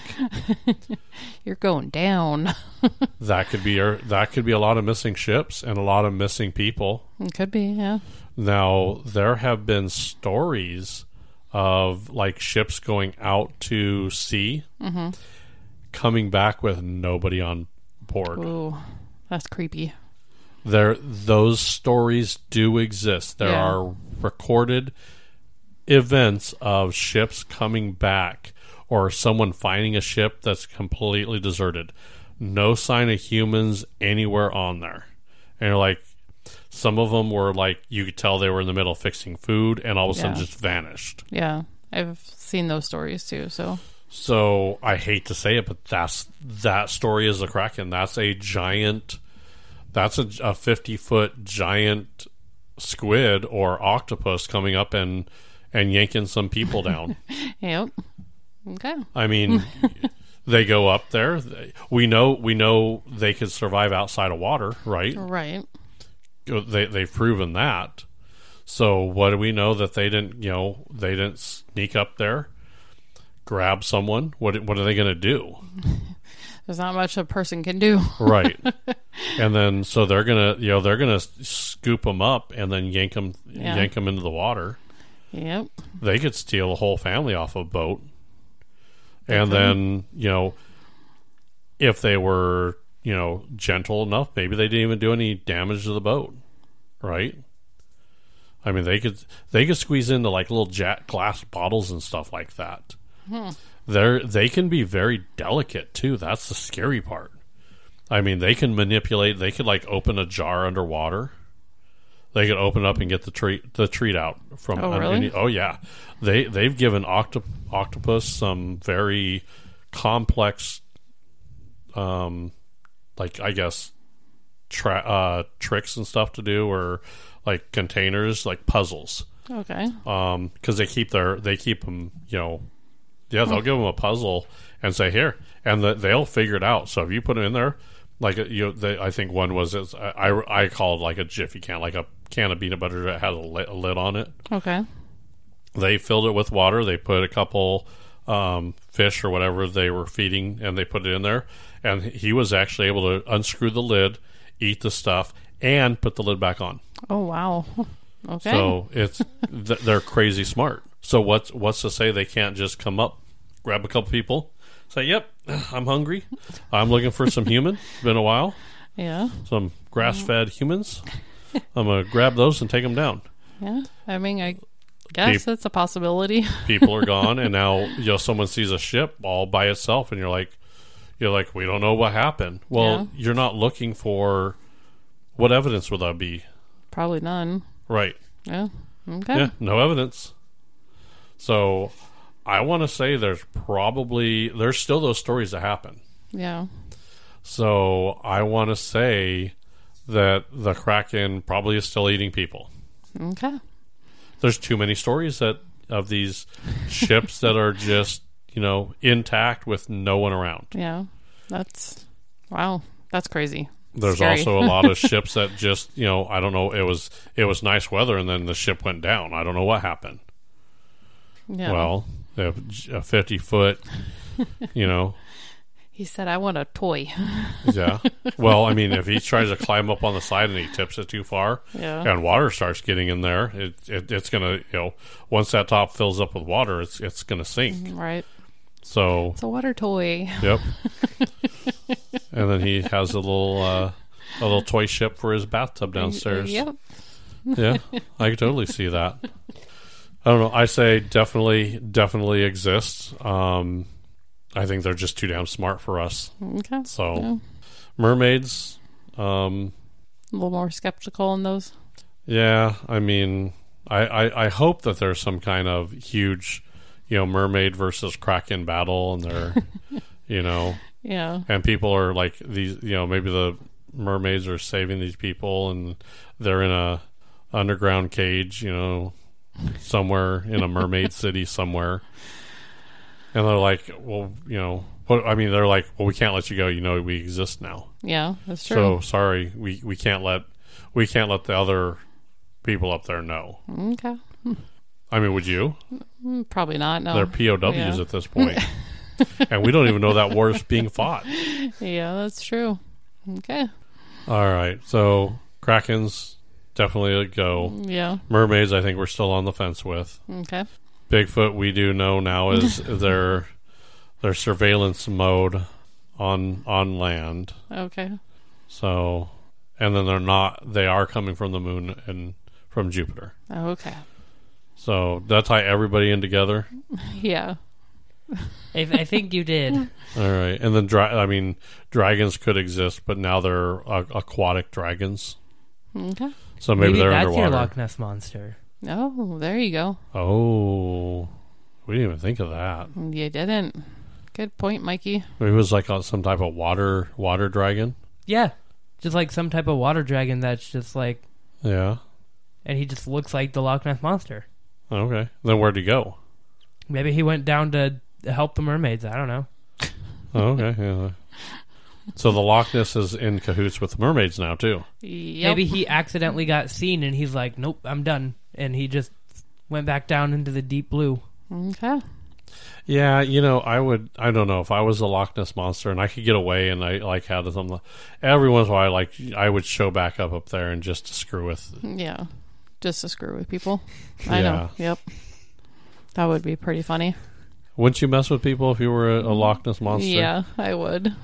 B: You're going down.
A: that could be your, that could be a lot of missing ships and a lot of missing people
B: It could be, yeah.
A: now there have been stories of like ships going out to sea
B: Mm-hmm.
A: coming back with nobody on board
B: Ooh, that's creepy.
A: there those stories do exist there
B: Yeah.
A: are recorded events of ships coming back or someone finding a ship that's completely deserted no sign of humans anywhere on there and you're like some of them were like you could tell they were in the middle of fixing food and all of a sudden
B: Yeah.
A: just vanished
B: Yeah. I've seen those stories too, so
A: so I hate to say it, but that's that story is the Kraken. That's a giant. That's a, a fifty foot giant squid or octopus coming up and and yanking some people down.
B: yep. Okay.
A: I mean, they go up there. They- We know we know they could survive outside of water, right?
B: Right.
A: They they've proven that. So what do we know that they didn't? You know, they didn't sneak up there, grab someone. What what are they going to do?
B: There's not much a person can do.
A: right and then so they're gonna you know they're gonna s- scoop them up and then yank them
B: Yeah.
A: yank them into the water
B: Yep.
A: they could steal a whole family off a boat and then you know if they were you know gentle enough maybe they didn't even do any damage to the boat right i mean they could they could squeeze into like little jack glass bottles and stuff like that they're they can be very delicate too that's the scary part i mean they can manipulate they could like open a jar underwater they could open up and get the treat the treat out from
B: Oh,
A: un-
B: really?
A: any- oh yeah they they've given octop- octopus some very complex um like i guess tra- uh tricks and stuff to do or like containers like puzzles
B: Okay.
A: um because they keep their they keep them you know yeah they'll give them a puzzle and say here and the, they'll figure it out so if you put it in there like uh, you know, they, i think one was it's, I, I i called like a jiffy can like a can of peanut butter that had a, li- a lid on it
B: Okay.
A: they filled it with water they put a couple um, fish or whatever they were feeding and they put it in there and he was actually able to unscrew the lid eat the stuff and put the lid back on
B: Oh wow. Okay.
A: so it's th- they're crazy smart. So what's what's to say they can't just come up, grab a couple people, say, "Yep, I'm hungry. I'm looking for some human. It's been a while.
B: yeah.
A: Some grass-fed humans. I'm gonna grab those and take them down."
B: Yeah. I mean, I guess it's a possibility.
A: People are gone, and now you know someone sees a ship all by itself, and you're like, "You're like, we don't know what happened." Well, you're not looking for what evidence would that be,
B: Probably none.
A: right?
B: Yeah. Okay.
A: Yeah, no evidence. So I want to say there's probably there's still those stories that happen.
B: Yeah.
A: So I want to say that the Kraken probably is still eating people.
B: Okay.
A: There's too many stories that of these ships that are just, you know, intact with no one around.
B: Yeah. That's wow. That's crazy.
A: There's
B: Scary.
A: also a lot of ships that just, you know, I don't know, it was it was nice weather and then the ship went down. I don't know what happened.
B: Yeah.
A: Well, a 50 foot, you know,
B: he said, "I want a toy."
A: Yeah. Well, I mean, if he tries to climb up on the side and he tips it too far,
B: Yeah.
A: and water starts getting in there, it, it it's gonna you know once that top fills up with water, it's it's gonna sink.
B: Mm-hmm. right.
A: So
B: It's a water toy.
A: yep. and then he has a little uh, a little toy ship for his bathtub downstairs.
B: Yep.
A: Yeah, I could totally see that. I don't know. I say definitely, definitely exists. Um, I think they're just too damn smart for us.
B: Okay.
A: So,
B: Yeah.
A: mermaids. Um,
B: A little more skeptical in those.
A: Yeah, I mean, I, I, I hope that there's some kind of huge, you know, mermaid versus kraken battle, and they're, you know,
B: Yeah.
A: and people are like these, you know, maybe the mermaids are saving these people, and they're in a underground cage, you know, somewhere in a mermaid city somewhere, and they're like, well, you know, what I mean, they're like, well, we can't let you go, you know, we exist now.
B: Yeah. That's true.
A: So sorry, we, we can't let we can't let the other people up there know.
B: okay.
A: I mean, would you?
B: Mm, Probably not. No.
A: They're POWs
B: Yeah.
A: at this point, and we don't even know that war is being fought.
B: Yeah, that's true. Okay.
A: All right, so krakens definitely a go.
B: Yeah.
A: Mermaids, I think we're still on the fence with.
B: Okay.
A: Bigfoot, we do know now is their their surveillance mode on on land.
B: Okay.
A: So, and then they're not. They are coming from the moon and from Jupiter.
B: Okay.
A: So that tie everybody in together.
B: Yeah.
C: I, I think you did.
A: All right, and then dra- I mean, dragons could exist, but now they're uh, aquatic dragons.
B: Okay.
A: So maybe, they're
C: that's your
A: underwater.
C: Loch Ness monster.
B: Oh, there you go.
A: Oh, we didn't even think of that.
B: You didn't. Good point, Mikey.
A: Maybe it was like on some type of water water dragon.
C: Yeah, just like some type of water dragon that's just like,
A: Yeah.
C: and he just looks like the Loch Ness monster.
A: Okay. Then where'd he go?
C: Maybe he went down to help the mermaids. I don't know.
A: Oh, okay. Yeah. So the Loch Ness is in cahoots with mermaids now too.
B: Yep.
C: Maybe he accidentally got seen and he's like, nope, I'm done, and he just went back down into the deep blue.
B: Okay.
A: Yeah, you know, I would. I don't know if I was a Loch Ness monster and I could get away, and I like had something. Every once in a while, like I would show back up up there and just to screw with.
B: Yeah. Just to screw with people. I know. Yep. That would be pretty funny.
A: Wouldn't you mess with people if you were a, a Loch Ness monster?
B: Yeah, I would.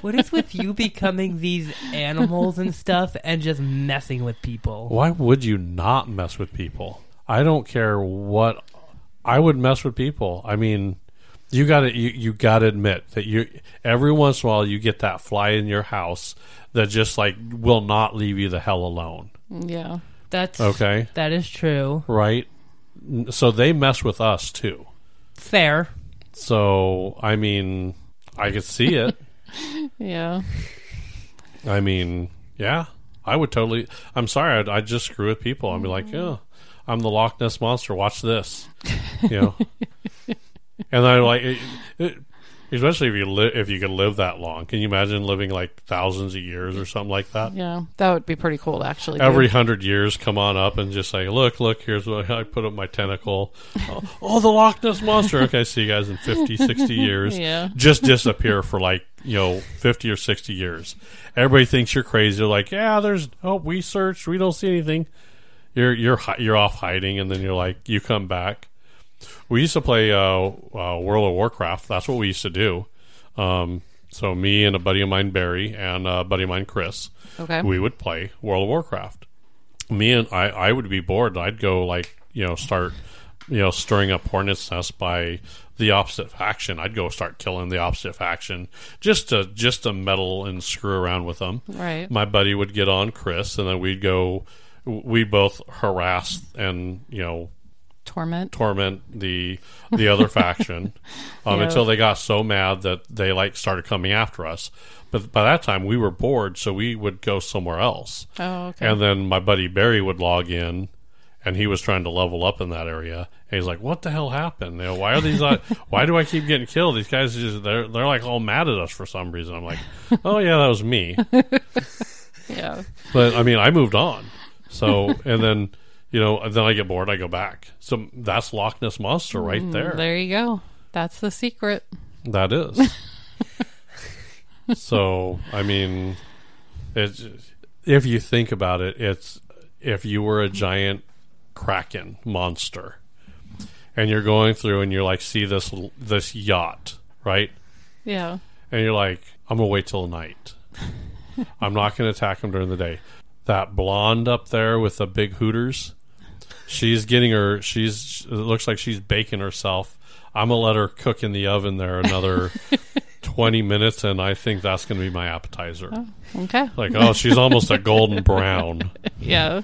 C: What is with you becoming these animals and stuff and just messing with people?
A: Why would you not mess with people? I don't care what. I would mess with people. I mean, you got to you, you got to admit that you every once in a while you get that fly in your house that just like will not leave you the hell alone.
B: Yeah.
C: That's
A: Okay,
C: That is true.
A: right? N- So they mess with us too.
C: Fair.
A: So I mean, I could see it.
B: Yeah.
A: I mean, yeah, I would totally. I'm sorry, I'd, I'd just screw with people. I'd be like, yeah, I'm the Loch Ness monster. Watch this, you know. and I like, it, it, especially if you li- if you could live that long. Can you imagine living like thousands of years or something like that?
B: Yeah, that would be pretty cool, actually.
A: Every
B: dude.
A: hundred years, come on up and just say, "Look, look, here's what I put up my tentacle." oh, oh, the Loch Ness monster. Okay, see you guys in 50, 60 years.
B: Yeah.
A: just disappear for like you know fifty or sixty years. Everybody thinks you're crazy. They're like, "Yeah, there's oh, we searched, we don't see anything." You're you're hi- you're off hiding, and then you're like, you come back. We used to play uh, uh, World of Warcraft. That's what we used to do. Um, so me and a buddy of mine, Barry, and a buddy of mine, Chris
B: okay.
A: we would play World of Warcraft. Me and I, I would be bored. I'd go like you know start you know stirring up hornets nest by the opposite faction. I'd go start killing the opposite faction just to just to meddle and screw around with them.
B: right.
A: My buddy would get on Chris, and then we'd go. We both harass and you know
B: Torment.
A: torment the the other faction um,
B: Yeah.
A: until they got so mad that they like started coming after us. But by that time, we were bored, so we would go somewhere else.
B: oh, okay.
A: And then my buddy Barry would log in, and he was trying to level up in that area. And he's like, "What the hell happened? You know, why are these? Like, why do I keep getting killed? These guys just they're they're like all mad at us for some reason." I'm like, "Oh yeah, that was me."
B: yeah.
A: but I mean, I moved on. So and then you know, and then I get bored, I go back. So that's Loch Ness monster right there.
B: Mm, There you go. That's the secret.
A: That is. so I mean, it's if you think about it, it's if you were a giant kraken monster, and you're going through and you're like, see this this yacht, right?
B: Yeah.
A: and you're like, I'm gonna wait till night. I'm not gonna attack him during the day. That blonde up there with the big hooters, she's getting her. She's it looks like she's baking herself. I'm gonna let her cook in the oven there another twenty minutes, and I think that's gonna be my appetizer.
B: Okay.
A: Like, oh, she's almost a golden brown.
B: Yeah.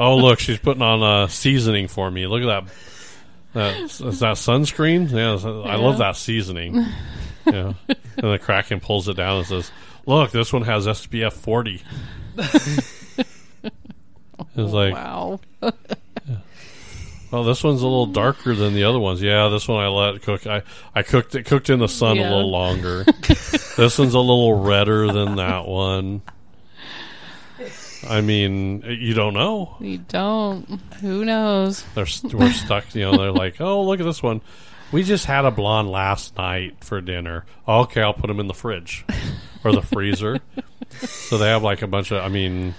A: Oh, look, she's putting on uh, seasoning for me. Look at that. That is that sunscreen. Yeah, it's- I love that seasoning. Yeah, and the Kraken pulls it down and says, "Look, this one has SPF 40." It's like,
B: wow.
A: well, this one's a little darker than the other ones. Yeah, this one I let cook. I, I cooked it cooked in the sun
B: Yeah.
A: a little longer. this one's a little redder than that one. I mean, you don't know.
B: We don't. Who knows?
A: They're st- we're stuck. You know, they're like, oh, look at this one. We just had a blonde last night for dinner. Okay, I'll put them in the fridge or the freezer. so they have like a bunch of. I mean,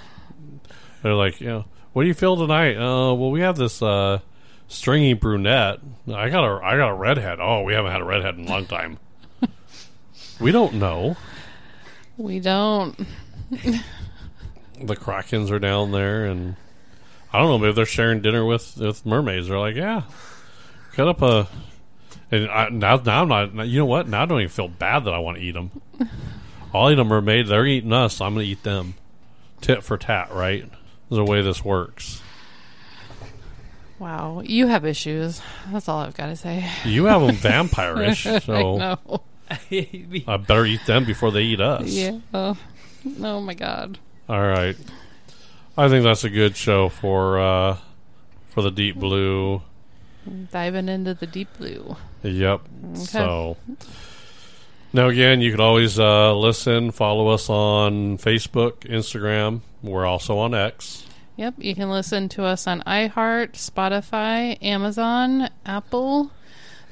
A: they're like, you know, what do you feel tonight? Uh, well, we have this uh, stringy brunette. I got a I got a redhead. Oh, we haven't had a redhead in a long time. we don't know.
B: We don't.
A: the krakens are down there, and I don't know. Maybe they're sharing dinner with with mermaids. They're like, yeah, cut up a. And I, now, now I'm not. now- You know what? Now I don't even feel bad that I want to eat them. I'll eat a mermaid. They're eating us. I'm going to eat them. Tit for tat, right? Is the way this works.
B: Wow. You have issues. That's all I've got to say.
A: You have them vampirish,
B: I
A: so
B: know.
A: I, better eat them before they eat us.
B: Yeah. Oh my God.
A: All right. I think that's a good show for uh, for the deep blue.
B: Diving into the deep blue.
A: Yep. So. Now again, you can always uh, listen, follow us on Facebook, Instagram. We're also on X.
B: Yep. You can listen to us on iHeart, Spotify, Amazon, Apple,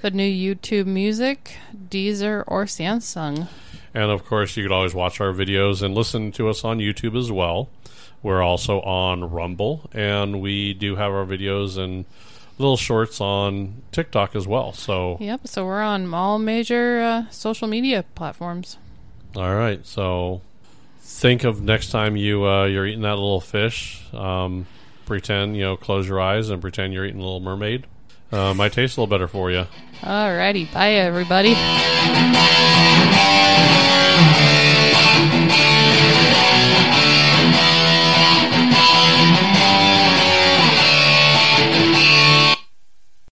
B: the new YouTube Music, Deezer, or Samsung.
A: And of course, you could always watch our videos and listen to us on YouTube as well. We're also on Rumble, and we do have our videos and little shorts on TikTok as well. So,
B: Yep. So we're on all major uh, social media platforms.
A: all right. So, think of next time you uh, you're eating that little fish. Um, pretend you know, close your eyes and pretend you're eating a Little Mermaid. Uh, might taste a little better for you.
B: Alrighty. Bye, everybody.
D: Thank